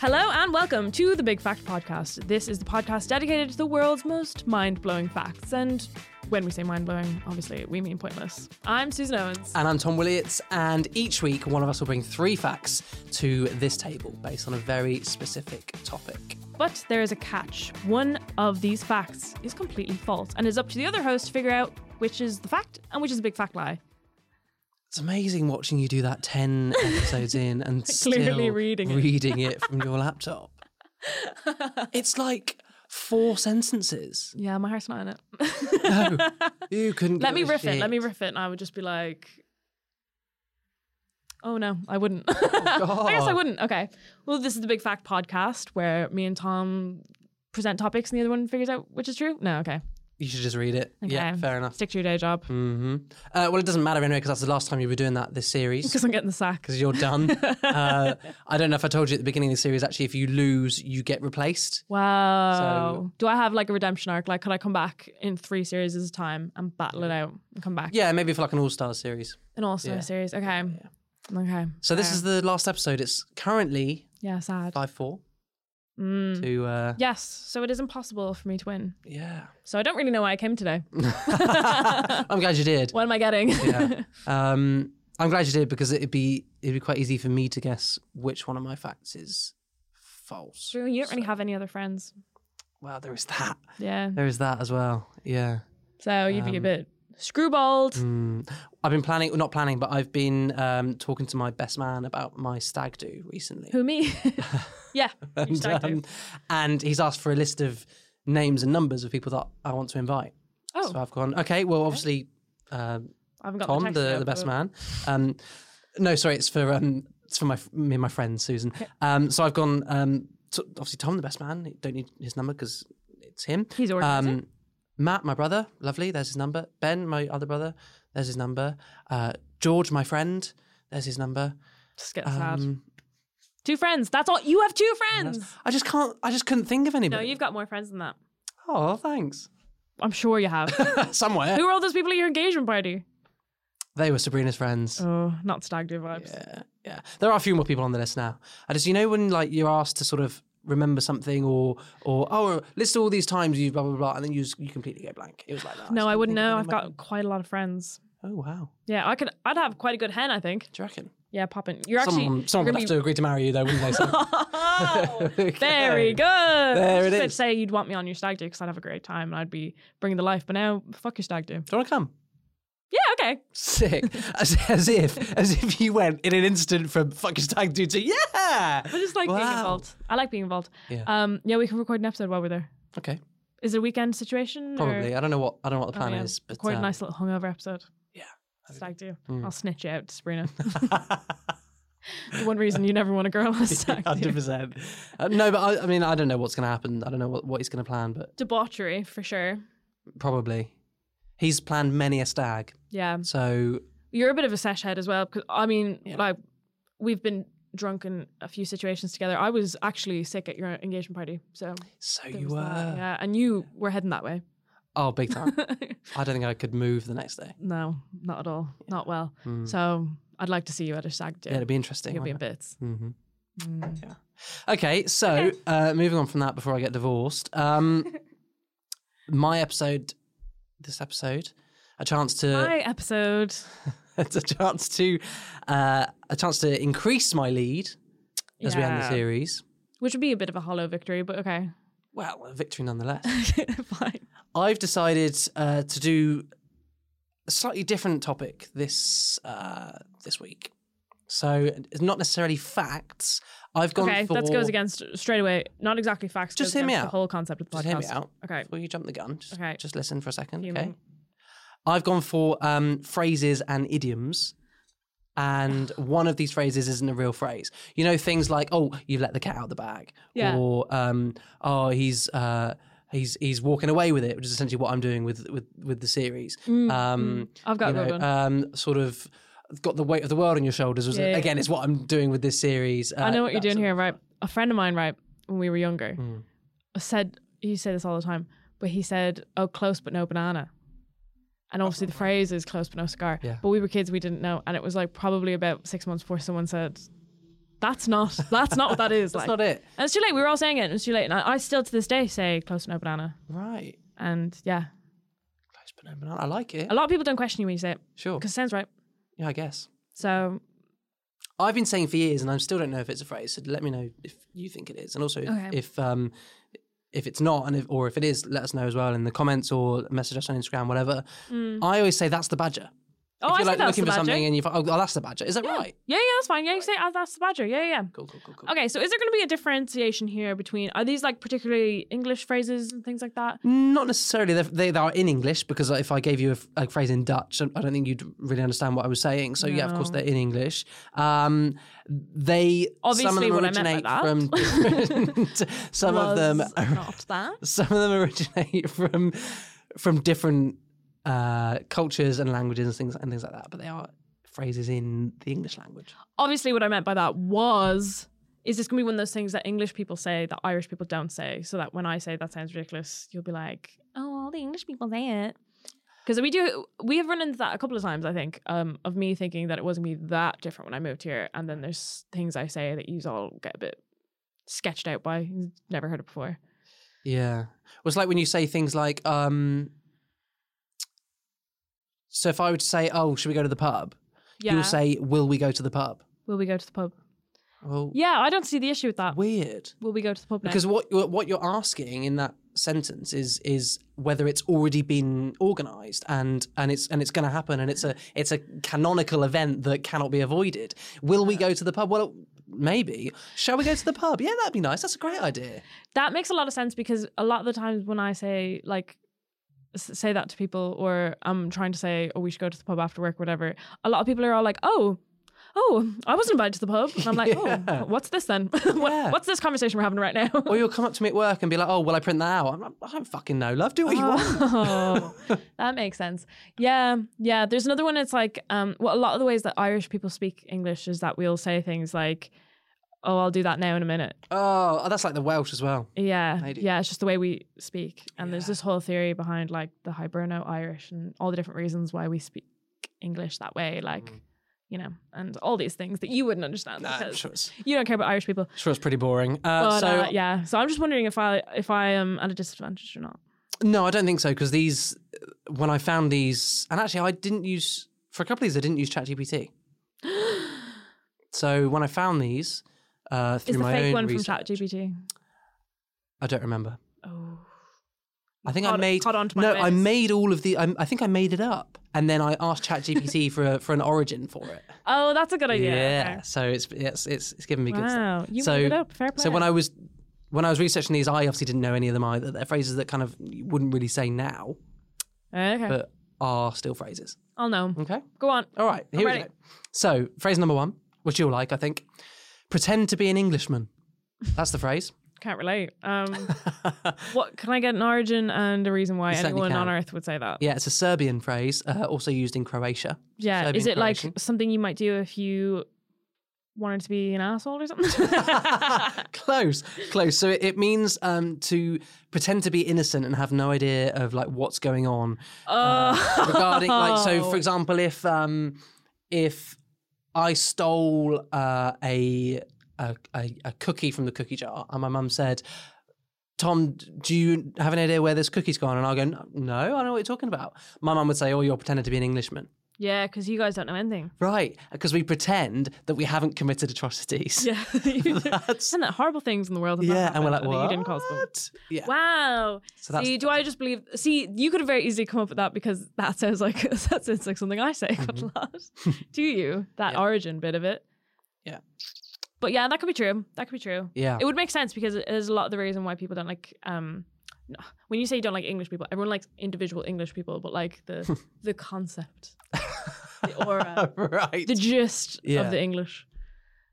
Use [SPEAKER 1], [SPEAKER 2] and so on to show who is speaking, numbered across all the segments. [SPEAKER 1] Hello and welcome to the Big Fact Podcast. This is the podcast dedicated to the world's most mind blowing facts. And when we say mind blowing, obviously we mean pointless. I'm Susan Owens.
[SPEAKER 2] And I'm Tom Williams, and each week one of us will bring three facts to this table based on a very specific topic.
[SPEAKER 1] But there is a catch. One of these facts is completely false, and it's up to the other host to figure out which is the fact and which is the big fact lie.
[SPEAKER 2] It's amazing watching you do that 10 episodes in
[SPEAKER 1] Clearly
[SPEAKER 2] and still
[SPEAKER 1] reading it.
[SPEAKER 2] reading it from your laptop. It's like four sentences.
[SPEAKER 1] Yeah, my heart's not in it. Oh,
[SPEAKER 2] No, you couldn't.
[SPEAKER 1] Let
[SPEAKER 2] give
[SPEAKER 1] me
[SPEAKER 2] a
[SPEAKER 1] riff it. Let
[SPEAKER 2] shit.
[SPEAKER 1] me riff it. And I would just be like, oh no, I wouldn't. I guess I
[SPEAKER 2] God.
[SPEAKER 1] wouldn't. Okay. Well, this is the Big Fact podcast where me and Tom present topics and the other one figures out which is true. No, okay.
[SPEAKER 2] You should just read it. Yeah,
[SPEAKER 1] Okay.
[SPEAKER 2] fair enough.
[SPEAKER 1] Stick to your day job
[SPEAKER 2] hmm Uh, well, it doesn't matter anyway because that's the last time you were doing that this series.
[SPEAKER 1] because I'm getting the sack.
[SPEAKER 2] because you're done. uh, I don't know if I told you at the beginning of the series. Actually, if you lose, you get replaced.
[SPEAKER 1] Wow. Do I have like a redemption arc? Like, could I come back in three series at a time and battle it out and come back?
[SPEAKER 2] Yeah, maybe for like an All Star series.
[SPEAKER 1] An all star
[SPEAKER 2] Yeah.
[SPEAKER 1] series. Okay. Okay.
[SPEAKER 2] So this is the last episode. It's currently
[SPEAKER 1] Yeah, sad.
[SPEAKER 2] five four
[SPEAKER 1] Mm.
[SPEAKER 2] to uh,
[SPEAKER 1] Yes. So it is impossible for me to win.
[SPEAKER 2] yeah.
[SPEAKER 1] So I don't really know why I came today.
[SPEAKER 2] I'm glad you did.
[SPEAKER 1] What am I getting?
[SPEAKER 2] Yeah. Um, I'm glad you did because it'd be it'd be quite easy for me to guess which one of my facts is false.
[SPEAKER 1] True, you don't really have any other friends.
[SPEAKER 2] Well, there is that.
[SPEAKER 1] Yeah.
[SPEAKER 2] There is that as well. Yeah.
[SPEAKER 1] So you'd be a bit screwballed.
[SPEAKER 2] Um, Mm. I've been planning, well, not planning, but I've been um, talking to my best man about my stag do recently.
[SPEAKER 1] Who me? yeah. You
[SPEAKER 2] and,
[SPEAKER 1] stag do.
[SPEAKER 2] um, and he's asked for a list of names and numbers of people that I want to invite.
[SPEAKER 1] Oh.
[SPEAKER 2] So I've gone, okay, well, obviously, uh,
[SPEAKER 1] I haven't got
[SPEAKER 2] Tom,
[SPEAKER 1] the,
[SPEAKER 2] the,
[SPEAKER 1] text
[SPEAKER 2] the,
[SPEAKER 1] yet,
[SPEAKER 2] best
[SPEAKER 1] but-
[SPEAKER 2] man. Um, no, sorry, it's for um, it's for my f- me and my friend Susan. Um, so I've gone, um, t- obviously, Tom, the best man. Don't need his number because it's him.
[SPEAKER 1] He's already
[SPEAKER 2] Um, Matt, my brother, lovely. There's his number. Ben, my other brother, there's his number. Uh, George, my friend, there's his number.
[SPEAKER 1] Just get sad.
[SPEAKER 2] Um,
[SPEAKER 1] Two friends. That's all. You have two friends.
[SPEAKER 2] I just can't. I just couldn't think of
[SPEAKER 1] No,
[SPEAKER 2] anybody.
[SPEAKER 1] you've got more friends than that.
[SPEAKER 2] oh, thanks.
[SPEAKER 1] I'm sure you have.
[SPEAKER 2] Somewhere
[SPEAKER 1] Who were all those people at your engagement party?
[SPEAKER 2] they were Sabrina's friends.
[SPEAKER 1] Oh, not stag do vibes.
[SPEAKER 2] Yeah, yeah. There are a few more people on the list now. I just, you know, when like you're asked to sort of remember something or or oh, list all these times you blah blah blah, and then you just, you completely go blank. It was like that.
[SPEAKER 1] No,
[SPEAKER 2] just
[SPEAKER 1] I
[SPEAKER 2] couldn't
[SPEAKER 1] wouldn't
[SPEAKER 2] think
[SPEAKER 1] know.
[SPEAKER 2] of any
[SPEAKER 1] I've
[SPEAKER 2] of my
[SPEAKER 1] got quite a lot of friends.
[SPEAKER 2] friends. Oh wow.
[SPEAKER 1] Yeah, I could. I'd have quite a good hen, I think.
[SPEAKER 2] Do you reckon?
[SPEAKER 1] Yeah, popping. You're actually.
[SPEAKER 2] someone someone
[SPEAKER 1] you're
[SPEAKER 2] would
[SPEAKER 1] gonna
[SPEAKER 2] have to agree to marry you though, wouldn't they? So-
[SPEAKER 1] Oh,
[SPEAKER 2] Okay.
[SPEAKER 1] very good. I
[SPEAKER 2] There
[SPEAKER 1] was
[SPEAKER 2] it
[SPEAKER 1] just about to
[SPEAKER 2] is.
[SPEAKER 1] say you'd want me on your stag do because I'd have a great time and I'd be bringing the life. But now, fuck your stag do.
[SPEAKER 2] Do you want to come?
[SPEAKER 1] Yeah, okay.
[SPEAKER 2] Sick. As, as if, as if you went in an instant from fucking stag dude to yeah.
[SPEAKER 1] I just like being
[SPEAKER 2] Wow.
[SPEAKER 1] involved. I like being involved.
[SPEAKER 2] Yeah.
[SPEAKER 1] Um. Yeah, we can record an episode while we're there.
[SPEAKER 2] Okay.
[SPEAKER 1] Is it a weekend situation? or-
[SPEAKER 2] Probably. I don't know what I don't know what the
[SPEAKER 1] Oh,
[SPEAKER 2] plan
[SPEAKER 1] yeah.
[SPEAKER 2] is, but
[SPEAKER 1] record a
[SPEAKER 2] um,
[SPEAKER 1] nice little hungover episode.
[SPEAKER 2] yeah.
[SPEAKER 1] Stag do.
[SPEAKER 2] Mm.
[SPEAKER 1] I'll snitch you out, to Sabrina.
[SPEAKER 2] uh,
[SPEAKER 1] the one reason you never want a girl on a stag
[SPEAKER 2] Hundred
[SPEAKER 1] do.
[SPEAKER 2] percent. Uh, no, but I, I mean, I don't know what's going to happen. I don't know what, what he's going to plan, but
[SPEAKER 1] Debauchery for sure.
[SPEAKER 2] probably he's planned many a stag.
[SPEAKER 1] Yeah.
[SPEAKER 2] So
[SPEAKER 1] You're a bit of a sesh head as well because I mean,
[SPEAKER 2] Yeah.
[SPEAKER 1] like, we've been drunk in a few situations together. I was actually sick at your engagement party, so
[SPEAKER 2] so
[SPEAKER 1] there
[SPEAKER 2] Oh, you
[SPEAKER 1] was
[SPEAKER 2] were.
[SPEAKER 1] that. yeah, and you were heading that way.
[SPEAKER 2] Oh, big time. I don't think I could move the next day.
[SPEAKER 1] no, not at all, not well.
[SPEAKER 2] Mm.
[SPEAKER 1] So I'd like to see you at a stag do.
[SPEAKER 2] yeah, it'd be interesting.
[SPEAKER 1] You'll be in
[SPEAKER 2] wouldn't
[SPEAKER 1] bits.
[SPEAKER 2] it? Mhm.
[SPEAKER 1] Mm.
[SPEAKER 2] Okay, so
[SPEAKER 1] Okay.
[SPEAKER 2] Uh, moving on from that before I get divorced. Um, my episode, this episode, a chance to
[SPEAKER 1] My episode.
[SPEAKER 2] it's a chance to uh, a chance to increase my lead as we end the
[SPEAKER 1] Yeah.
[SPEAKER 2] series.
[SPEAKER 1] Which would be a bit of a hollow victory, but okay.
[SPEAKER 2] Well, a victory nonetheless.
[SPEAKER 1] Fine.
[SPEAKER 2] I've decided uh, to do a slightly different topic this uh, this week. So it's not necessarily facts. I've gone
[SPEAKER 1] okay,
[SPEAKER 2] for
[SPEAKER 1] that goes against straight away. Not exactly facts.
[SPEAKER 2] Just
[SPEAKER 1] goes
[SPEAKER 2] hear me
[SPEAKER 1] against The
[SPEAKER 2] out.
[SPEAKER 1] whole concept of the podcast.
[SPEAKER 2] Just hear me out
[SPEAKER 1] Okay.
[SPEAKER 2] before you jump the gun. Just,
[SPEAKER 1] Okay.
[SPEAKER 2] just listen for a second.
[SPEAKER 1] Human.
[SPEAKER 2] Okay. I've gone for um, phrases and idioms. And one of these phrases isn't a real phrase. You know things like "oh, you let the cat out of the bag,"
[SPEAKER 1] Yeah.
[SPEAKER 2] or um, "oh, he's uh, he's he's walking away with it," which is essentially what I'm doing with with with the series.
[SPEAKER 1] Mm,
[SPEAKER 2] um,
[SPEAKER 1] I've got a
[SPEAKER 2] you
[SPEAKER 1] real
[SPEAKER 2] know,
[SPEAKER 1] one.
[SPEAKER 2] um, sort of got the weight of the world on your shoulders. Was
[SPEAKER 1] Yeah, yeah.
[SPEAKER 2] again, it's what I'm doing with this series. Uh,
[SPEAKER 1] I know what you're
[SPEAKER 2] that
[SPEAKER 1] doing
[SPEAKER 2] sort
[SPEAKER 1] here,
[SPEAKER 2] of
[SPEAKER 1] right?
[SPEAKER 2] stuff.
[SPEAKER 1] A friend of mine, right, when we were younger,
[SPEAKER 2] Mm.
[SPEAKER 1] said he said this all the time, but he said, "Oh, close but no banana," and obviously the phrase is "close but no cigar."
[SPEAKER 2] Oh. Yeah.
[SPEAKER 1] But we were kids, we didn't know, and it was like probably about six months before someone said That's not. That's not what that is.
[SPEAKER 2] That's
[SPEAKER 1] like,
[SPEAKER 2] not it.
[SPEAKER 1] And it's too late. We were all saying it. and It's too late. And I, I still to this day say close no banana.
[SPEAKER 2] Right.
[SPEAKER 1] And yeah,
[SPEAKER 2] Close banana banana. I like it.
[SPEAKER 1] a lot of people don't question you when you say it
[SPEAKER 2] Sure.
[SPEAKER 1] because it sounds right.
[SPEAKER 2] Yeah, I guess.
[SPEAKER 1] So
[SPEAKER 2] I've been saying for years, and I still don't know if it's a phrase. So let me know if you think it is, and also if-
[SPEAKER 1] Okay.
[SPEAKER 2] if um, if it's not, and if, or if it is, let us know as well in the comments or message us on Instagram, whatever. I always say that's the badger.
[SPEAKER 1] Mm. oh,
[SPEAKER 2] if
[SPEAKER 1] I
[SPEAKER 2] you're
[SPEAKER 1] think
[SPEAKER 2] like
[SPEAKER 1] that's
[SPEAKER 2] looking
[SPEAKER 1] the
[SPEAKER 2] for
[SPEAKER 1] badger.
[SPEAKER 2] something and you find, oh, oh, that's the badger. Is that right?
[SPEAKER 1] Yeah, yeah, that's fine. Yeah, you say oh, that's the badger. Yeah, yeah. yeah.
[SPEAKER 2] Cool, cool, cool, cool.
[SPEAKER 1] Okay, so is there going to be a differentiation here between are these like particularly English phrases and things like that?
[SPEAKER 2] Not necessarily. They're- They, they are in English because if I gave you a, f- a phrase in Dutch, I don't think you'd really understand what I was saying. So yeah, of course
[SPEAKER 1] No.
[SPEAKER 2] they're in English. Um, they some of
[SPEAKER 1] Obviously
[SPEAKER 2] them
[SPEAKER 1] what I meant
[SPEAKER 2] originate
[SPEAKER 1] by
[SPEAKER 2] from different, some of them
[SPEAKER 1] Was not that.
[SPEAKER 2] some of them originate from from different uh, cultures and languages and things and things like that. But they are phrases in the English language.
[SPEAKER 1] Obviously, what I meant by that was is this going to be one of those things that English people say that Irish people don't say? So that when I say that sounds ridiculous, you'll be like, oh, all the English people say it. Because we do, we have run into that a couple of times, I think, um, of me thinking that it wasn't going to be that different when I moved here. And then there's things I say that you all get a bit sketched out by, You've never heard it before.
[SPEAKER 2] Yeah, well, it's like when you say things like. Um, so if I were to say, "Oh, should we go to the pub?"
[SPEAKER 1] Yeah.
[SPEAKER 2] You'll say, "Will we go to the pub?"
[SPEAKER 1] Will we go to the pub?
[SPEAKER 2] Well,
[SPEAKER 1] Yeah, I don't see the issue with that.
[SPEAKER 2] weird.
[SPEAKER 1] Will we go to the pub now?
[SPEAKER 2] Because what you're- what you're asking in that sentence is is whether it's already been organised and and it's and it's going to happen and it's a it's a canonical event that cannot be avoided. Will we go to the pub? Well, maybe. Shall we go to the pub? Yeah, that'd be nice. That's a great idea.
[SPEAKER 1] that makes a lot of sense because a lot of the times when I say like s- say that to people or I'm trying to say oh we should go to the pub after work whatever a lot of people are all like oh oh I wasn't invited to the pub and I'm like
[SPEAKER 2] Yeah.
[SPEAKER 1] oh what's this then what,
[SPEAKER 2] Yeah. Oh,
[SPEAKER 1] what's this conversation we're having right now
[SPEAKER 2] Or you'll come up to me at work and be like, "Oh, will I print that out?" I'm like, I don't fucking know, love. Do what you want.
[SPEAKER 1] Oh, that makes sense. Yeah, yeah. There's another one. It's like, um, well, a lot of the ways that Irish people speak English is that we'll say things like, "Oh, I'll do that now in a minute,"
[SPEAKER 2] Oh, that's like the Welsh as well.
[SPEAKER 1] Yeah,
[SPEAKER 2] They do.
[SPEAKER 1] yeah, it's just the way we speak, and there's
[SPEAKER 2] Yeah.
[SPEAKER 1] this whole theory behind like the Hiberno Irish and all the different reasons why we speak English that way, like
[SPEAKER 2] Mm.
[SPEAKER 1] you know, and all these things that you wouldn't understand
[SPEAKER 2] Nah, I'm
[SPEAKER 1] because
[SPEAKER 2] sure it's,
[SPEAKER 1] you don't care about Irish people.
[SPEAKER 2] sure it's pretty boring. Uh,
[SPEAKER 1] But
[SPEAKER 2] so
[SPEAKER 1] uh, yeah, so I'm just wondering if I if I am at a disadvantage or not.
[SPEAKER 2] No, I don't think so because these, when I found these, and actually I didn't use for a couple of these, I didn't use ChatGPT. so when I found these uh, through
[SPEAKER 1] Is the
[SPEAKER 2] my own
[SPEAKER 1] fake one
[SPEAKER 2] research,
[SPEAKER 1] from ChatGPT?
[SPEAKER 2] I don't remember.
[SPEAKER 1] Oh,
[SPEAKER 2] I think I
[SPEAKER 1] Caught-
[SPEAKER 2] made
[SPEAKER 1] caught on to my
[SPEAKER 2] no, I
[SPEAKER 1] ways.
[SPEAKER 2] made all of the. I, I think I made it up, and then I asked ChatGPT for a, for an origin for it.
[SPEAKER 1] oh, that's a good idea.
[SPEAKER 2] yeah, so it's it's it's, it's given me
[SPEAKER 1] Okay.
[SPEAKER 2] good stuff.
[SPEAKER 1] Wow, you
[SPEAKER 2] So-
[SPEAKER 1] made it up. Fair play.
[SPEAKER 2] So when I was when I was researching these, I obviously didn't know any of them either. They're phrases that kind of you wouldn't really say now,
[SPEAKER 1] okay,
[SPEAKER 2] but Mm. are still phrases.
[SPEAKER 1] I'll know.
[SPEAKER 2] Okay.
[SPEAKER 1] Go on.
[SPEAKER 2] All right, here we
[SPEAKER 1] ready.
[SPEAKER 2] go. So, phrase number one, which you'll like, I think. Pretend to be an Englishman. That's the phrase.
[SPEAKER 1] Can't relate. Um, what can I get an origin and a reason why
[SPEAKER 2] certainly
[SPEAKER 1] anyone on
[SPEAKER 2] can.
[SPEAKER 1] earth would say that?
[SPEAKER 2] Yeah, it's a Serbian phrase, uh, also used in Croatia.
[SPEAKER 1] Yeah,
[SPEAKER 2] Serbian
[SPEAKER 1] is it like
[SPEAKER 2] Croatian.
[SPEAKER 1] something you might do if you wanted to be an asshole or something?
[SPEAKER 2] close, close. So it, it means um, to pretend to be innocent and have no idea of like what's going on
[SPEAKER 1] oh.
[SPEAKER 2] Uh, regarding like. So, for example, if um, if I stole uh, a, a a a cookie from the cookie jar and my mum said. Tom, do you have an idea where this cookie's gone? And I'll go, no, I don't know what you're talking about. My mum would say, oh, you're pretending to be an Englishman.
[SPEAKER 1] yeah, because you guys don't know anything.
[SPEAKER 2] Right, because we pretend that we haven't committed atrocities.
[SPEAKER 1] Yeah,
[SPEAKER 2] That's,
[SPEAKER 1] and that horrible things in the world. Have
[SPEAKER 2] yeah, and we're like,
[SPEAKER 1] happened
[SPEAKER 2] what?
[SPEAKER 1] that You didn't cause them.
[SPEAKER 2] Yeah.
[SPEAKER 1] Wow.
[SPEAKER 2] So that's,
[SPEAKER 1] see, do I just believe? See, you could have very easily come up with that because that sounds like that sounds like something I say quite a lot. do you that
[SPEAKER 2] Mm-hmm. Yeah.
[SPEAKER 1] origin bit of it?
[SPEAKER 2] Yeah.
[SPEAKER 1] But yeah, that could be true. That could be true.
[SPEAKER 2] yeah.
[SPEAKER 1] It would make sense because it is a lot of the reason why people don't like um no- when you say you don't like English people, everyone likes individual English people, but like the the concept, the aura,
[SPEAKER 2] right.
[SPEAKER 1] the gist
[SPEAKER 2] Yeah.
[SPEAKER 1] of the English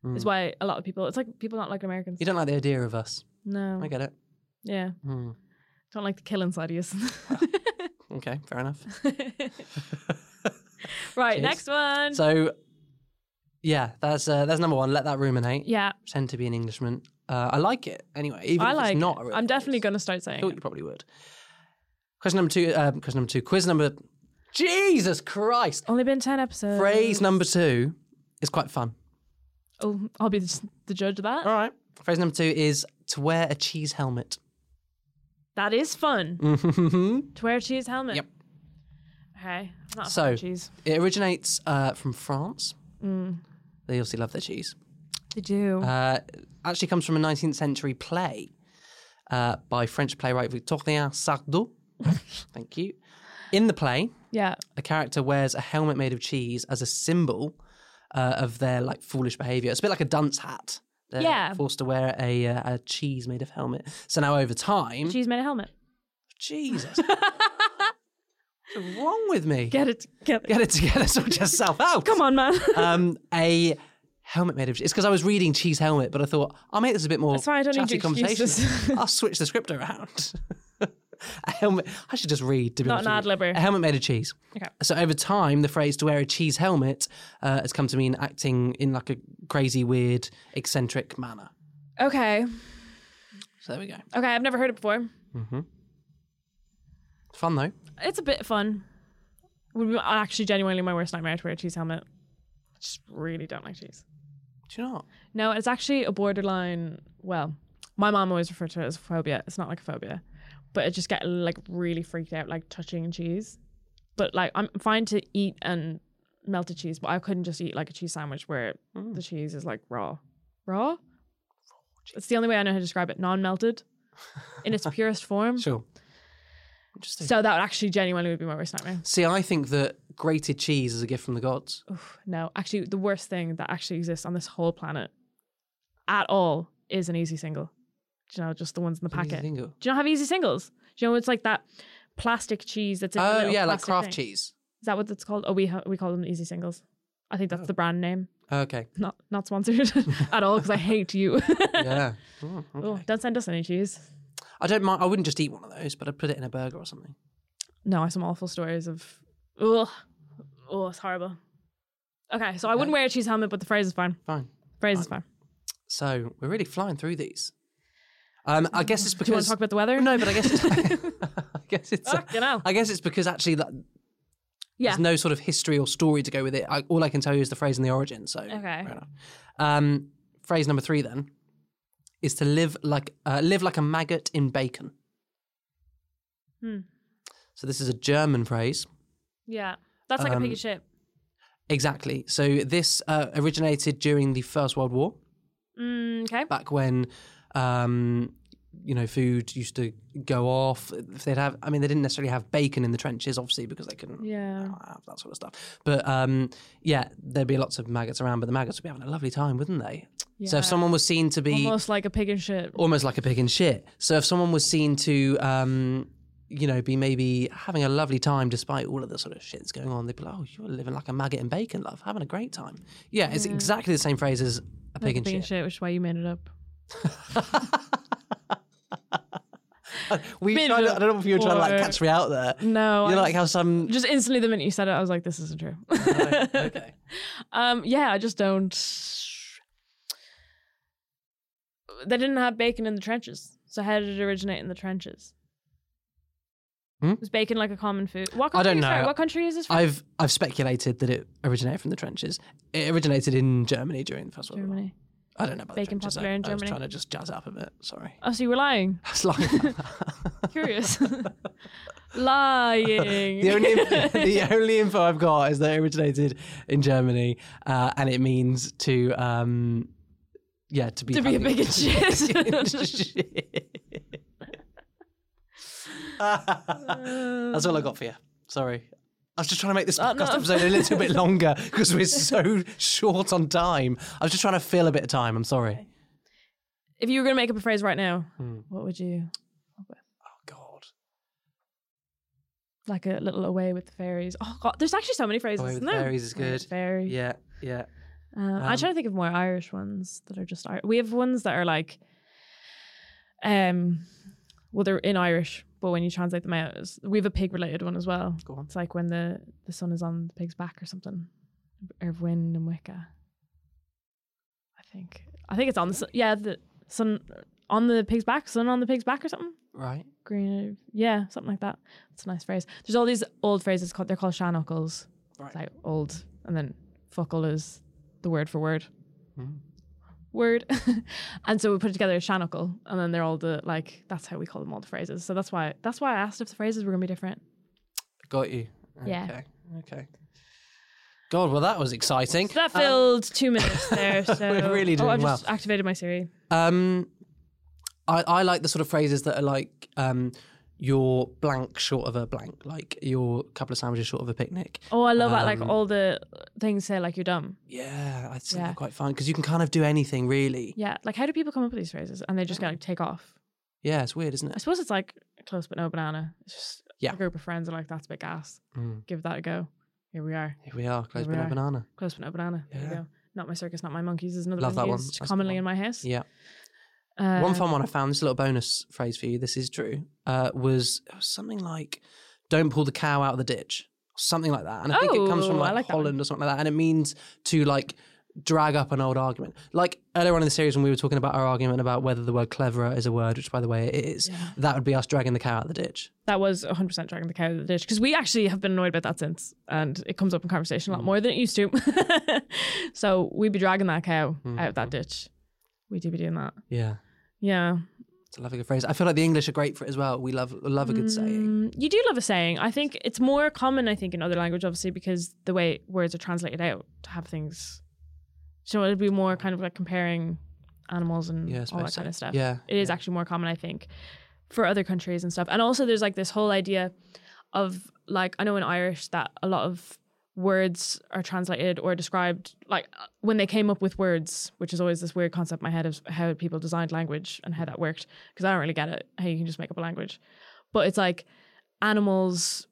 [SPEAKER 1] is
[SPEAKER 2] Mm.
[SPEAKER 1] why a lot of people it's like people don't like Americans.
[SPEAKER 2] You don't like the idea of us.
[SPEAKER 1] No.
[SPEAKER 2] I get it.
[SPEAKER 1] Yeah.
[SPEAKER 2] Mm.
[SPEAKER 1] Don't like the kill inside of you.
[SPEAKER 2] Okay, fair enough.
[SPEAKER 1] right,
[SPEAKER 2] Cheers.
[SPEAKER 1] next one.
[SPEAKER 2] So, yeah, that's uh, that's number one. Let that ruminate.
[SPEAKER 1] yeah,
[SPEAKER 2] Pretend to be an Englishman. Uh, I like it anyway. Even
[SPEAKER 1] I
[SPEAKER 2] if
[SPEAKER 1] like
[SPEAKER 2] it's not.
[SPEAKER 1] it.
[SPEAKER 2] a real
[SPEAKER 1] I'm definitely
[SPEAKER 2] phrase.
[SPEAKER 1] gonna start saying
[SPEAKER 2] I thought you probably would. Question number two. Um, question number two. Quiz number. Jesus Christ.
[SPEAKER 1] it. Only been ten episodes.
[SPEAKER 2] Phrase number two is quite fun.
[SPEAKER 1] I'll, Oh, I'll be the, the judge of that.
[SPEAKER 2] All right. Phrase number two is to wear a cheese helmet.
[SPEAKER 1] That is fun.
[SPEAKER 2] it
[SPEAKER 1] To wear a cheese helmet.
[SPEAKER 2] Mm-hmm. Yep.
[SPEAKER 1] Okay. I'm not a
[SPEAKER 2] So-
[SPEAKER 1] fan of cheese.
[SPEAKER 2] originates uh, from France.
[SPEAKER 1] Mm.
[SPEAKER 2] They obviously love their cheese.
[SPEAKER 1] They do.
[SPEAKER 2] Uh, actually comes from a 19th century play uh, by French playwright Victorien Sardou. Thank you. In the play,
[SPEAKER 1] yeah.
[SPEAKER 2] a character wears a helmet made of cheese as a symbol uh, of their like foolish behavior. It's a bit like a dunce hat. They're
[SPEAKER 1] Yeah.
[SPEAKER 2] forced to wear a, uh, a cheese made of helmet. So now over time,
[SPEAKER 1] Cheese made a helmet.
[SPEAKER 2] Jesus, what's wrong with me?
[SPEAKER 1] Get it. Get it.
[SPEAKER 2] Get it together, sort yourself out.
[SPEAKER 1] Come on, man.
[SPEAKER 2] Um, a helmet made of cheese. It's because I was reading cheese helmet, but I thought I'll make this a bit more
[SPEAKER 1] That's why I don't need
[SPEAKER 2] chatty
[SPEAKER 1] your
[SPEAKER 2] conversation.
[SPEAKER 1] excuses.
[SPEAKER 2] I'll switch the script around. a helmet. I should just read. To be
[SPEAKER 1] Not an
[SPEAKER 2] honest with you.
[SPEAKER 1] ad-libber.
[SPEAKER 2] A helmet made of cheese.
[SPEAKER 1] Okay.
[SPEAKER 2] So over time, the phrase "to wear a cheese helmet" uh, has come to mean acting in like a crazy, weird, eccentric manner.
[SPEAKER 1] okay.
[SPEAKER 2] So there we go.
[SPEAKER 1] Okay. I've never heard it before.
[SPEAKER 2] Fun though.
[SPEAKER 1] It's a bit fun. Would be actually genuinely my worst nightmare to wear a cheese helmet. I just really don't like cheese.
[SPEAKER 2] Do you not?
[SPEAKER 1] No, it's actually a borderline. Well, my mom always referred to it as a phobia. It's not like a phobia, but I just get like really freaked out, like touching cheese. But like, I'm fine to eat and melted cheese, but I couldn't just eat like a cheese sandwich where the cheese is like raw. Raw? It's the only way I know how to describe it. Non melted in its purest form.
[SPEAKER 2] Sure. Interesting.
[SPEAKER 1] Mm. So that would actually genuinely would be my worst nightmare.
[SPEAKER 2] See, I think that grated cheese is a gift from the gods.
[SPEAKER 1] Oof, no, actually, the worst thing that actually exists on this whole planet at all is an easy single. Do you know, just the ones in the packet.
[SPEAKER 2] Easy
[SPEAKER 1] Do
[SPEAKER 2] dingo.
[SPEAKER 1] you not have easy singles? Do you know it's like that plastic cheese that's in the
[SPEAKER 2] Oh
[SPEAKER 1] little
[SPEAKER 2] yeah, like
[SPEAKER 1] plastic
[SPEAKER 2] craft
[SPEAKER 1] thing?
[SPEAKER 2] cheese.
[SPEAKER 1] Is that what it's called? Oh, we ha- we call them easy singles. I think
[SPEAKER 2] Oh.
[SPEAKER 1] that's the brand name.
[SPEAKER 2] Okay.
[SPEAKER 1] Not not sponsored at all because I hate you.
[SPEAKER 2] Yeah. Mm,
[SPEAKER 1] Oh,
[SPEAKER 2] okay.
[SPEAKER 1] don't send us any cheese.
[SPEAKER 2] I don't mind. I wouldn't just eat one of those, but I'd put it in a burger or something.
[SPEAKER 1] No, I have some awful stories of. Ugh. Oh, it's horrible. Okay, so I wouldn't wear a cheese helmet, but the phrase is fine.
[SPEAKER 2] Fine.
[SPEAKER 1] Phrase is fine.
[SPEAKER 2] So we're really flying through these. Um, I guess it's
[SPEAKER 1] Do you want
[SPEAKER 2] because
[SPEAKER 1] to talk about the weather?
[SPEAKER 2] no, but I guess it's, I guess it's uh,
[SPEAKER 1] Fucking hell.
[SPEAKER 2] I guess it's because actually that,
[SPEAKER 1] Yeah.
[SPEAKER 2] there's no sort of history or story to go with it. I, all I can tell you is the phrase and the origin. So okay. Um, phrase number three then is to live like uh, live like a maggot in bacon.
[SPEAKER 1] Hmm.
[SPEAKER 2] So this is a German phrase.
[SPEAKER 1] Yeah. That's like a
[SPEAKER 2] Um,
[SPEAKER 1] pig of shit.
[SPEAKER 2] Exactly. So this uh, originated during the First World War.
[SPEAKER 1] Mm, okay.
[SPEAKER 2] back when um, you know food used to go off if they'd have i mean they didn't necessarily have bacon in the trenches obviously because they couldn't
[SPEAKER 1] Yeah.
[SPEAKER 2] have that sort of stuff but um, yeah there'd be lots of maggots around but the maggots would be having a lovely time wouldn't they so
[SPEAKER 1] Yeah.
[SPEAKER 2] if someone was seen to be
[SPEAKER 1] Almost like a pig and shit.
[SPEAKER 2] almost like a pig in shit so if someone was seen to um, you know be maybe having a lovely time despite all of the sort of shit that's going on they'd be like oh you're living like a maggot in bacon love having a great time yeah it's exactly the same phrase as a
[SPEAKER 1] Like
[SPEAKER 2] pig
[SPEAKER 1] a
[SPEAKER 2] in
[SPEAKER 1] pig
[SPEAKER 2] shit
[SPEAKER 1] and shit, which is why you made it up.
[SPEAKER 2] We,
[SPEAKER 1] Bit
[SPEAKER 2] I, don't,
[SPEAKER 1] of
[SPEAKER 2] I don't know if you were trying to like
[SPEAKER 1] work.
[SPEAKER 2] catch me out there.
[SPEAKER 1] No.
[SPEAKER 2] You're
[SPEAKER 1] I
[SPEAKER 2] like how some.
[SPEAKER 1] just instantly the minute you said it, I was like, this isn't true.
[SPEAKER 2] okay.
[SPEAKER 1] um, yeah, I just don't. They didn't have bacon in the trenches. So how did it originate in the trenches?
[SPEAKER 2] Hmm?
[SPEAKER 1] Was bacon like a common food? What country
[SPEAKER 2] I don't
[SPEAKER 1] is that?
[SPEAKER 2] know.
[SPEAKER 1] What country is this from?
[SPEAKER 2] I've I've speculated that it originated from the trenches. It originated in Germany during the First World War.
[SPEAKER 1] Germany.
[SPEAKER 2] I don't know about
[SPEAKER 1] Bacon
[SPEAKER 2] the trenches.
[SPEAKER 1] popular
[SPEAKER 2] I,
[SPEAKER 1] in
[SPEAKER 2] I was
[SPEAKER 1] Germany.
[SPEAKER 2] trying to just jazz it up a bit. Sorry.
[SPEAKER 1] Oh, so you were lying.
[SPEAKER 2] I was lying.
[SPEAKER 1] Curious. lying.
[SPEAKER 2] the only the only info I've got is that it originated in Germany, uh, and it means to um, yeah to be
[SPEAKER 1] To be a
[SPEAKER 2] having-
[SPEAKER 1] pig and shit.
[SPEAKER 2] That's all I got for you. Sorry. I was just trying to make this
[SPEAKER 1] Uh, no.
[SPEAKER 2] podcast episode a little bit longer because we're so short on time. I was just trying to fill a bit of time. I'm sorry.
[SPEAKER 1] if you were going to make up a phrase right now,
[SPEAKER 2] Hmm.
[SPEAKER 1] what would you
[SPEAKER 2] Oh God.
[SPEAKER 1] like a little away with the fairies? Oh God, there's actually so many phrases.
[SPEAKER 2] Away with
[SPEAKER 1] isn't there?
[SPEAKER 2] fairies is
[SPEAKER 1] Away with
[SPEAKER 2] good.
[SPEAKER 1] Fairy.
[SPEAKER 2] Yeah, yeah.
[SPEAKER 1] Um, I'm trying to think of more Irish ones that are just. Ir- we have ones that are like, um, well, they're in Irish, but when you translate them out, it's- we have a pig related one as well.
[SPEAKER 2] Go on.
[SPEAKER 1] It's like when the the sun is on the pig's back or something, or wind and wicca. I think I think it's on the sun, yeah the sun on the pig's back, sun on the pig's back or something.
[SPEAKER 2] Right.
[SPEAKER 1] green yeah something like that it's a nice phrase there's all these old phrases called they're called shanuckles
[SPEAKER 2] Right. Mm-hmm.
[SPEAKER 1] like old and then fuckle is the word for word word. and so we put it together as shanuckle. And then they're all the like that's how we call them all the phrases. So that's why that's why I asked if the phrases were gonna be different.
[SPEAKER 2] Got you.
[SPEAKER 1] Yeah.
[SPEAKER 2] Okay. Okay. God, well, that was exciting.
[SPEAKER 1] So that filled two minutes there. So
[SPEAKER 2] Um, We're really
[SPEAKER 1] oh,
[SPEAKER 2] doing
[SPEAKER 1] I've
[SPEAKER 2] well.
[SPEAKER 1] just activated my Siri.
[SPEAKER 2] Um, I, I like the sort of phrases that are like um, you're blank short of a blank, like your couple of sandwiches short of a picnic.
[SPEAKER 1] Oh, I love that. Like
[SPEAKER 2] Um,
[SPEAKER 1] all the things say like you're dumb.
[SPEAKER 2] Yeah, I think
[SPEAKER 1] Yeah.
[SPEAKER 2] they're quite fun because you can kind of do anything really.
[SPEAKER 1] Yeah. Like how do people come up with these phrases? And they just
[SPEAKER 2] um,
[SPEAKER 1] gotta take off.
[SPEAKER 2] Yeah, it's weird, isn't
[SPEAKER 1] I
[SPEAKER 2] it?
[SPEAKER 1] suppose it's like close but no banana. It's just
[SPEAKER 2] Yeah.
[SPEAKER 1] a group of friends are like, that's a bit gas.
[SPEAKER 2] Mm.
[SPEAKER 1] Give that a go. Here we are.
[SPEAKER 2] Here we are, closed
[SPEAKER 1] we
[SPEAKER 2] banana
[SPEAKER 1] are.
[SPEAKER 2] banana.
[SPEAKER 1] Close but no banana. There
[SPEAKER 2] Yeah.
[SPEAKER 1] you go. Not my circus, not my monkeys is another
[SPEAKER 2] Love
[SPEAKER 1] one
[SPEAKER 2] that one.
[SPEAKER 1] used
[SPEAKER 2] That's the
[SPEAKER 1] commonly
[SPEAKER 2] one.
[SPEAKER 1] in my house.
[SPEAKER 2] Yeah.
[SPEAKER 1] Uh,
[SPEAKER 2] one fun one I found, this little bonus phrase for you, this is true, uh, was something like, don't pull the cow out of the ditch, something like that. And I think it comes from
[SPEAKER 1] Oh, I
[SPEAKER 2] like,
[SPEAKER 1] like that one.
[SPEAKER 2] Holland or something like that. And it means to like drag up an old argument. Like earlier on in the series when we were talking about our argument about whether the word cleverer is a word, which by the way it is,
[SPEAKER 1] Yeah.
[SPEAKER 2] that would be us dragging the cow out of the ditch.
[SPEAKER 1] That was 100% dragging the cow out of the ditch because we actually have been annoyed about that since and it comes up in conversation a
[SPEAKER 2] Mm.
[SPEAKER 1] lot more than it used to. so we'd be dragging that cow
[SPEAKER 2] Mm,
[SPEAKER 1] out of that ditch. We do be doing that.
[SPEAKER 2] Yeah.
[SPEAKER 1] Yeah.
[SPEAKER 2] It's a lovely good phrase. I feel like the English are great for it as well. We love love a good saying.
[SPEAKER 1] Mm, You do love a saying. I think it's more common, I think, in other language, obviously, because the way words are translated out to have things. So it'd be more kind of like comparing animals and
[SPEAKER 2] Yeah, I
[SPEAKER 1] all that
[SPEAKER 2] suppose so.
[SPEAKER 1] kind of stuff.
[SPEAKER 2] Yeah.
[SPEAKER 1] It is actually more common, I think, for other countries and stuff. And also, there's like this whole idea of like I know in Irish that a lot of words are translated or described like uh, when they came up with words, which is always this weird concept in my head of how people designed language and how that worked because I don't really get it how you can just make up a language, but it's like animals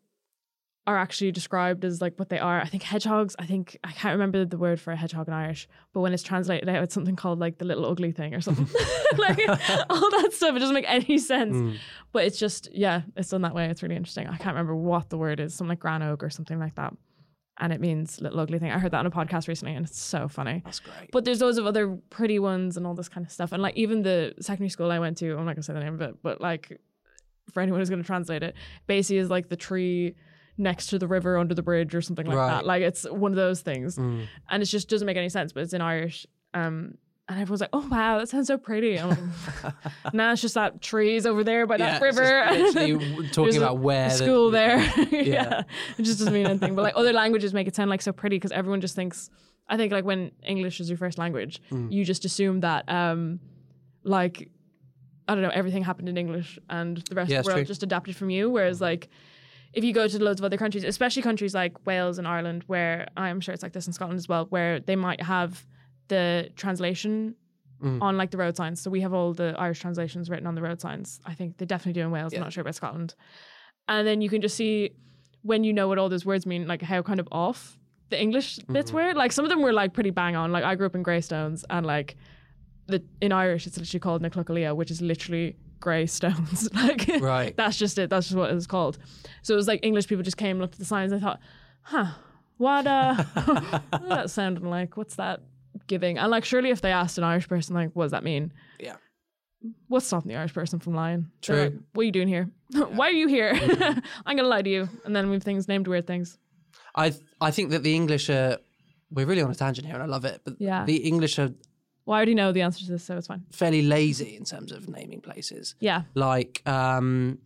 [SPEAKER 1] are actually described as like what they are. I think hedgehogs. I think I can't remember the word for a hedgehog in Irish, but when it's translated out, it's something called like the little ugly thing or something. like all that stuff. It doesn't make any sense.
[SPEAKER 2] Mm.
[SPEAKER 1] But it's just yeah, it's done that way. It's really interesting. I can't remember what the word is. Something like gran oak or something like that, and it means little ugly thing. I heard that on a podcast recently, and it's so funny.
[SPEAKER 2] That's great.
[SPEAKER 1] But there's loads of other pretty ones and all this kind of stuff. And like even the secondary school I went to, I'm not gonna say the name of it, but like for anyone who's gonna translate it, basically is like the tree next to the river under the bridge or something like
[SPEAKER 2] Right.
[SPEAKER 1] that. Like it's one of those things.
[SPEAKER 2] Mm.
[SPEAKER 1] And it just doesn't make any sense, but it's in Irish. Um and everyone's like, "Oh wow, that sounds so pretty." I'm like, nah, it's just that trees over there by that
[SPEAKER 2] Yeah, it's
[SPEAKER 1] river.
[SPEAKER 2] just literally w- talking
[SPEAKER 1] There's a-
[SPEAKER 2] about where
[SPEAKER 1] a
[SPEAKER 2] the-
[SPEAKER 1] school there. yeah.
[SPEAKER 2] Yeah.
[SPEAKER 1] It just doesn't mean anything. But like other languages make it sound like so pretty because everyone just thinks I think like when English is your first language,
[SPEAKER 2] Mm.
[SPEAKER 1] you just assume that um like I don't know, everything happened in English and the rest
[SPEAKER 2] Yeah,
[SPEAKER 1] of
[SPEAKER 2] it's
[SPEAKER 1] the world
[SPEAKER 2] true. Mm.
[SPEAKER 1] just adapted from you. Whereas like if you go to loads of other countries, especially countries like Wales and Ireland, where I'm sure it's like this in Scotland as well, where they might have the translation
[SPEAKER 2] Mm.
[SPEAKER 1] on like the road signs. So we have all the Irish translations written on the road signs. I think they definitely do in Wales.
[SPEAKER 2] Yeah.
[SPEAKER 1] I'm not sure about Scotland. And then you can just see when you know what all those words mean, like how kind of off the English bits were. Like some of them were like pretty bang on. Like I grew up in Greystones and like the in Irish it's literally called Naclucalia, which is literally grey stones. like
[SPEAKER 2] Right.
[SPEAKER 1] that's just it. That's just what it was called. So it was like English people just came, looked at the signs, and thought, huh, what uh what that sounded like? What's that giving? And like surely if they asked an Irish person, like, what does that mean?
[SPEAKER 2] Yeah.
[SPEAKER 1] What's stopping the Irish person from lying? They're
[SPEAKER 2] True. Mm-hmm.
[SPEAKER 1] like, what are you doing here? Why are you here? I'm gonna lie to you. And then we've things named weird things.
[SPEAKER 2] I I think that the English are we're really on a tangent here, and I love it. But
[SPEAKER 1] Yeah.
[SPEAKER 2] the English are
[SPEAKER 1] Well, I already know the answer to this, so it's fine.
[SPEAKER 2] fairly lazy in terms of naming places.
[SPEAKER 1] Yeah.
[SPEAKER 2] Like, um,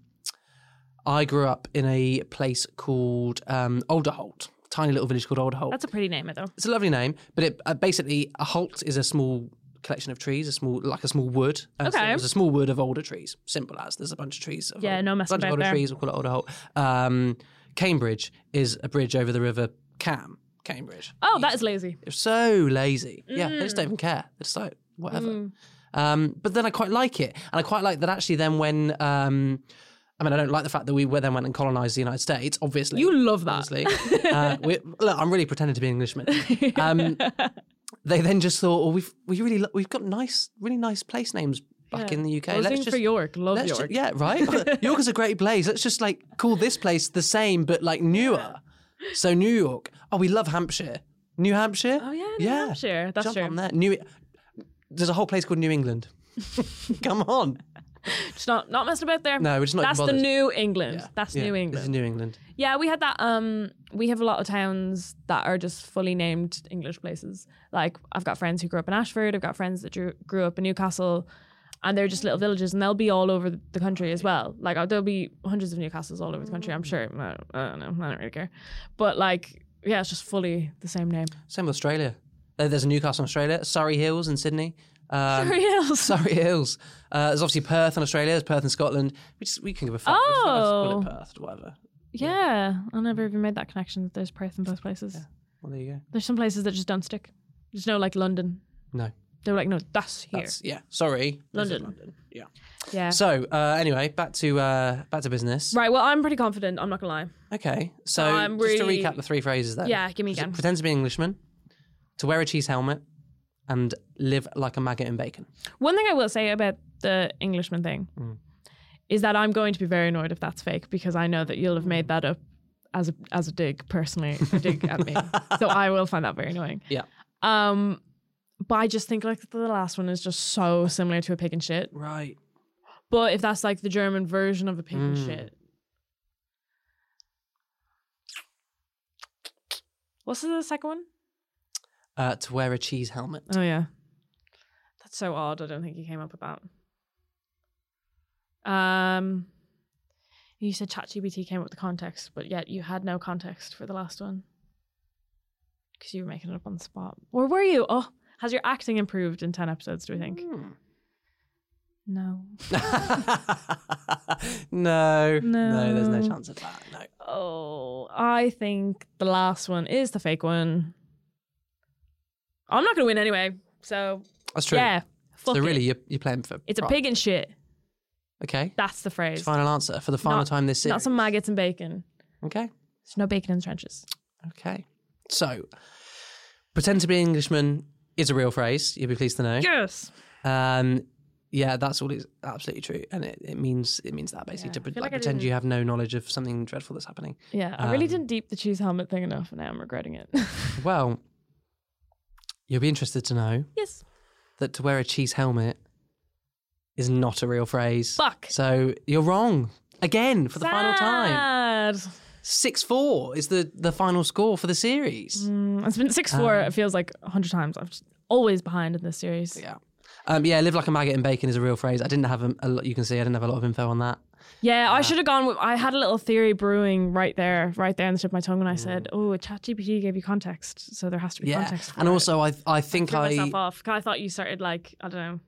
[SPEAKER 2] I grew up in a place called um, Alderholt, tiny little village called Alderholt.
[SPEAKER 1] That's a pretty name it though.
[SPEAKER 2] it's a lovely name, but it uh, basically a holt is a small collection of trees, a small like a small wood. And so
[SPEAKER 1] Okay.
[SPEAKER 2] it was a small wood of older trees. Simple as there's a bunch of trees. Of
[SPEAKER 1] Yeah,
[SPEAKER 2] old-
[SPEAKER 1] no messing
[SPEAKER 2] bunch of
[SPEAKER 1] about
[SPEAKER 2] older
[SPEAKER 1] there.
[SPEAKER 2] trees. We'll call it older holt. Um, Cambridge is a bridge over the river Cam. Cambridge.
[SPEAKER 1] Oh, that is lazy.
[SPEAKER 2] They're so lazy. Yeah, they
[SPEAKER 1] Mm.
[SPEAKER 2] just don't even care. They're just like, whatever. Um, but then I quite like it. And I quite like that actually then when, um, I mean, I don't like the fact that we were- then went and colonized the United States, obviously.
[SPEAKER 1] You love that.
[SPEAKER 2] obviously. uh, we, look, I'm really pretending to be an Englishman. Um, they then just thought, well, we've, we really, lo- we've got nice, really nice place names back
[SPEAKER 1] Yeah.
[SPEAKER 2] in the UK.
[SPEAKER 1] I was
[SPEAKER 2] Let's
[SPEAKER 1] thinking
[SPEAKER 2] just,
[SPEAKER 1] for York. Love
[SPEAKER 2] let's ju-
[SPEAKER 1] York.
[SPEAKER 2] yeah, right? York is a great place. Let's just like call this place the same, but like newer. So New York. Oh, we love Hampshire. New Hampshire?
[SPEAKER 1] Oh yeah, New Hampshire. That's
[SPEAKER 2] Jump
[SPEAKER 1] true.
[SPEAKER 2] on that. New. There's a whole place called New England. Come on.
[SPEAKER 1] Just not not messing about there.
[SPEAKER 2] No, we're just not even
[SPEAKER 1] That's the
[SPEAKER 2] bothered.
[SPEAKER 1] New England. That's
[SPEAKER 2] Yeah,
[SPEAKER 1] New
[SPEAKER 2] This is
[SPEAKER 1] England.
[SPEAKER 2] New England.
[SPEAKER 1] yeah, we had that um we have a lot of towns that are just fully named English places. Like I've got friends who grew up in Ashford. I've got friends that drew, grew up in Newcastle, and they're just little villages, and they'll be all over the country as well. Like uh, there'll be hundreds of Newcastles all over the country. I'm sure. I don't, I don't know. I don't really care. But like, yeah, it's just fully the same name.
[SPEAKER 2] Same with Australia. Uh, there's a Newcastle in Australia, Surrey Hills in Sydney. Um,
[SPEAKER 1] Surrey Hills.
[SPEAKER 2] Surrey Hills. Uh, there's obviously Perth in Australia. There's Perth in Scotland. We just we can give a fuck. We just- let's call it
[SPEAKER 1] Oh.
[SPEAKER 2] Perth, or whatever.
[SPEAKER 1] Yeah, I never even made that connection that there's Perth in both places.
[SPEAKER 2] Well, there you go.
[SPEAKER 1] There's some places that just don't stick. There's no like London.
[SPEAKER 2] No.
[SPEAKER 1] They're like, no, that's here.
[SPEAKER 2] That's, yeah. Sorry.
[SPEAKER 1] London.
[SPEAKER 2] London. Yeah.
[SPEAKER 1] yeah.
[SPEAKER 2] So uh, anyway, back to uh, back to business.
[SPEAKER 1] right. Well, I'm pretty confident. I'm not gonna lie.
[SPEAKER 2] Okay. So
[SPEAKER 1] I'm
[SPEAKER 2] just
[SPEAKER 1] really-
[SPEAKER 2] to recap the three phrases then.
[SPEAKER 1] Yeah, give me again.
[SPEAKER 2] Pretend to be an Englishman, to wear a cheese helmet, and live like a maggot in bacon.
[SPEAKER 1] One thing I will say about the Englishman thing
[SPEAKER 2] Mm.
[SPEAKER 1] is that I'm going to be very annoyed if that's fake because I know that you'll have made that up as a as a dig personally, a dig at me. So I will find that very annoying.
[SPEAKER 2] Yeah.
[SPEAKER 1] Um, but I just think like the last one is just so similar to a pig and shit.
[SPEAKER 2] Right.
[SPEAKER 1] But if that's like the German version of a pig and
[SPEAKER 2] Mm.
[SPEAKER 1] shit. What's the second one?
[SPEAKER 2] Uh, to wear a cheese helmet.
[SPEAKER 1] Oh yeah. That's so odd. I don't think he came up with that. Um you said ChatGPT came up with the context, but yet you had no context for the last one. Because you were making it up on the spot. Or were you? Oh, has your acting improved in 10 episodes, do we think?
[SPEAKER 2] Hmm.
[SPEAKER 1] No.
[SPEAKER 2] no, no, there's no
[SPEAKER 1] No.
[SPEAKER 2] chance of that. No.
[SPEAKER 1] Oh, I think the last one is the fake one. I'm not going to win anyway. So,
[SPEAKER 2] That's true.
[SPEAKER 1] yeah. Fuck
[SPEAKER 2] so
[SPEAKER 1] it.
[SPEAKER 2] really, you're, you're playing for
[SPEAKER 1] It's a
[SPEAKER 2] prop.
[SPEAKER 1] pig and shit.
[SPEAKER 2] Okay.
[SPEAKER 1] That's the
[SPEAKER 2] It's
[SPEAKER 1] phrase.
[SPEAKER 2] final answer for the final
[SPEAKER 1] Not-
[SPEAKER 2] time this series.
[SPEAKER 1] Not some maggots and bacon.
[SPEAKER 2] Okay.
[SPEAKER 1] There's no bacon in the trenches.
[SPEAKER 2] Okay. So, pretend to be an Englishman is a real phrase. You'll be pleased to know.
[SPEAKER 1] Yes.
[SPEAKER 2] Um, yeah, that's all. It's absolutely true, and it, it means it means that basically
[SPEAKER 1] Yeah,
[SPEAKER 2] to
[SPEAKER 1] I
[SPEAKER 2] pre-
[SPEAKER 1] feel
[SPEAKER 2] like
[SPEAKER 1] like I
[SPEAKER 2] pretend you
[SPEAKER 1] didn't-
[SPEAKER 2] have no knowledge of something dreadful that's happening.
[SPEAKER 1] Yeah, I really
[SPEAKER 2] Um,
[SPEAKER 1] didn't deep the cheese helmet thing enough, and now I'm regretting it.
[SPEAKER 2] Well, you'll be interested to know
[SPEAKER 1] yes.
[SPEAKER 2] that to wear a cheese helmet is not a real phrase.
[SPEAKER 1] Fuck.
[SPEAKER 2] So you're wrong again for the final time.
[SPEAKER 1] Sad.
[SPEAKER 2] Six four is the the final score for the series.
[SPEAKER 1] Mm, it's been 6 4, it feels like 100 times. I'm just always behind in this series.
[SPEAKER 2] Um, Yeah. Um, yeah, live like a maggot in bacon is a real phrase. I didn't have a, a lot. You can see I didn't have a lot of info on that.
[SPEAKER 1] Yeah,
[SPEAKER 2] Uh,
[SPEAKER 1] I should have gone with. I had a little theory brewing right there, right there on the tip of my tongue when I said, "Oh, ChatGPT gave you context, so there has to be
[SPEAKER 2] Mm. Yeah,
[SPEAKER 1] context." for
[SPEAKER 2] and
[SPEAKER 1] it."
[SPEAKER 2] also I I think
[SPEAKER 1] threw
[SPEAKER 2] I
[SPEAKER 1] myself off. 'cause I thought you started like I don't know,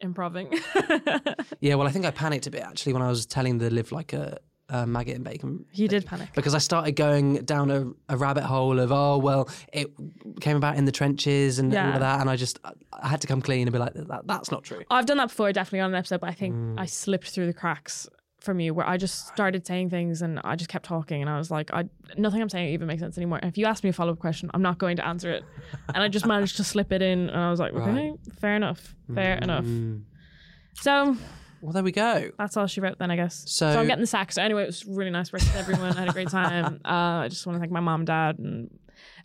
[SPEAKER 1] improving.
[SPEAKER 2] yeah well I think I panicked a bit actually when I was telling the live like a, a maggot in bacon
[SPEAKER 1] you did panic.
[SPEAKER 2] because I started going down a, a rabbit hole of oh well it came about in the trenches and all
[SPEAKER 1] Yeah.
[SPEAKER 2] of that and I just I had to come clean and be like that, that's not true.
[SPEAKER 1] I've done that before, definitely on an episode, but I think
[SPEAKER 2] Mm.
[SPEAKER 1] I slipped through the cracks from you where I just started saying things and I just kept talking and I was like, I nothing I'm saying even makes sense anymore. And if you ask me a follow up question, I'm not going to answer it. And I just managed to slip it in and I was like, okay,
[SPEAKER 2] Right.
[SPEAKER 1] fair enough, fair enough.
[SPEAKER 2] Mm.
[SPEAKER 1] So
[SPEAKER 2] Well there we go.
[SPEAKER 1] that's all she wrote then, I guess.
[SPEAKER 2] So-
[SPEAKER 1] I'm getting the sack. So anyway, it was really nice working with everyone. I had a great time. Uh, I just want to thank my mom, dad, and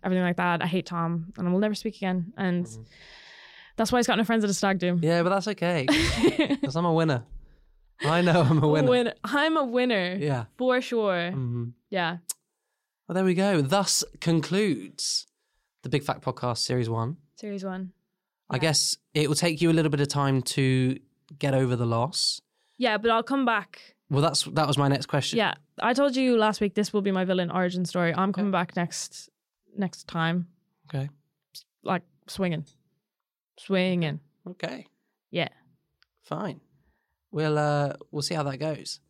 [SPEAKER 1] everything like that. I hate Tom, and I will never speak again. And that's why he's got no friends at a stag do.
[SPEAKER 2] Mm-hmm. Yeah, but that's okay because I'm a winner. I know I'm a winner.
[SPEAKER 1] Win- I'm a winner
[SPEAKER 2] Yeah.
[SPEAKER 1] for sure.
[SPEAKER 2] Mhm.
[SPEAKER 1] Yeah,
[SPEAKER 2] Well, there we go. Thus concludes the Big Fact Podcast Series 1.
[SPEAKER 1] series one.
[SPEAKER 2] I guess it will take you a little bit of time to get over the loss.
[SPEAKER 1] Yeah, but I'll come back.
[SPEAKER 2] Well, that's that was my next question.
[SPEAKER 1] Yeah, I told you last week this will be my villain origin story. I'm coming back next next time,
[SPEAKER 2] Okay.
[SPEAKER 1] like swinging, swinging.
[SPEAKER 2] Okay.
[SPEAKER 1] Yeah.
[SPEAKER 2] Fine. We'll uh we'll see how that goes.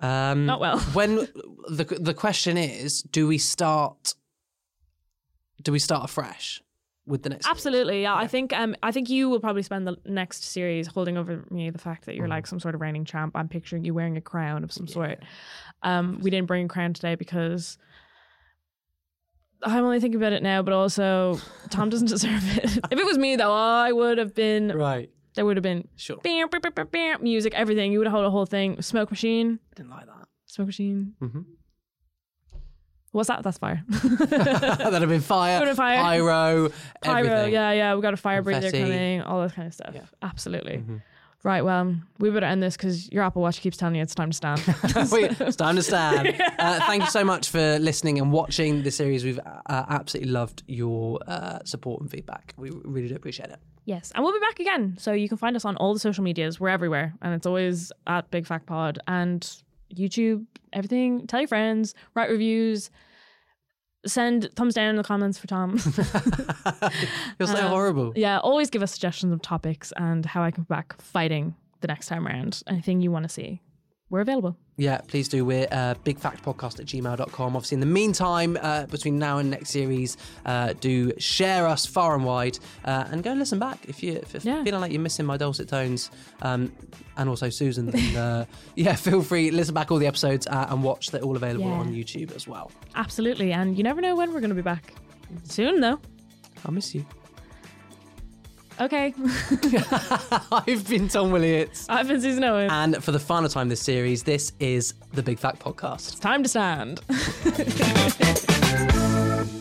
[SPEAKER 2] Um
[SPEAKER 1] Not well.
[SPEAKER 2] when the the question is, do we start do we start afresh with the next series?
[SPEAKER 1] Absolutely. Yeah, I think um I think you will probably spend the next series holding over me the fact that you're
[SPEAKER 2] Mm.
[SPEAKER 1] like some sort of reigning champ. I'm picturing you wearing a crown of some sort. Um we didn't bring a crown today because I'm only thinking about it now, but also Tom doesn't deserve it. if it was me though, I would have been
[SPEAKER 2] Right.
[SPEAKER 1] there would have been
[SPEAKER 2] Sure.
[SPEAKER 1] bam, bam, bam, bam, bam, music, everything. You would have held a whole thing. Smoke machine.
[SPEAKER 2] Didn't like that.
[SPEAKER 1] Smoke machine.
[SPEAKER 2] Mm-hmm.
[SPEAKER 1] What's that? That's fire.
[SPEAKER 2] That'd have been fire,
[SPEAKER 1] Would have fire.
[SPEAKER 2] pyro,
[SPEAKER 1] Pyro,
[SPEAKER 2] everything.
[SPEAKER 1] yeah, yeah. We got a fire breather
[SPEAKER 2] Confetti.
[SPEAKER 1] coming, all that kind of stuff.
[SPEAKER 2] Yeah.
[SPEAKER 1] Absolutely.
[SPEAKER 2] Mhm.
[SPEAKER 1] right, well, we better end this because your Apple Watch keeps telling you it's time to stand.
[SPEAKER 2] Wait, it's time to stand. Uh, thank you so much for listening and watching the series. We've uh, absolutely loved your uh, support and feedback. We really do appreciate it.
[SPEAKER 1] yes, and we'll be back again. So you can find us on all the social medias. We're everywhere, and it's always at Big Fact Pod and YouTube. Everything. Tell your friends. Write reviews. Send thumbs down in the comments for Tom.
[SPEAKER 2] You're
[SPEAKER 1] Uh,
[SPEAKER 2] so horrible.
[SPEAKER 1] yeah, always give us suggestions of topics and how I can be back fighting the next time around. Anything you want to see, we're available.
[SPEAKER 2] Yeah, please do. We're uh, bigfactpodcast at gmail.com. Obviously, in the meantime, uh, between now and next series, uh, do share us far and wide uh, and go and listen back if, you, if you're
[SPEAKER 1] Yeah.
[SPEAKER 2] feeling like you're missing my dulcet tones um, and also Susan. Then, uh, yeah, feel free, listen back all the episodes uh, and watch. They're all available
[SPEAKER 1] Yeah.
[SPEAKER 2] on YouTube as well.
[SPEAKER 1] Absolutely, and you never know when we're going to be back. Soon though.
[SPEAKER 2] I miss you.
[SPEAKER 1] Okay,
[SPEAKER 2] I've been Tom Williams.
[SPEAKER 1] I've been Susan Owen.
[SPEAKER 2] And for the final time this series, this is the Big Fact Podcast.
[SPEAKER 1] It's time to stand.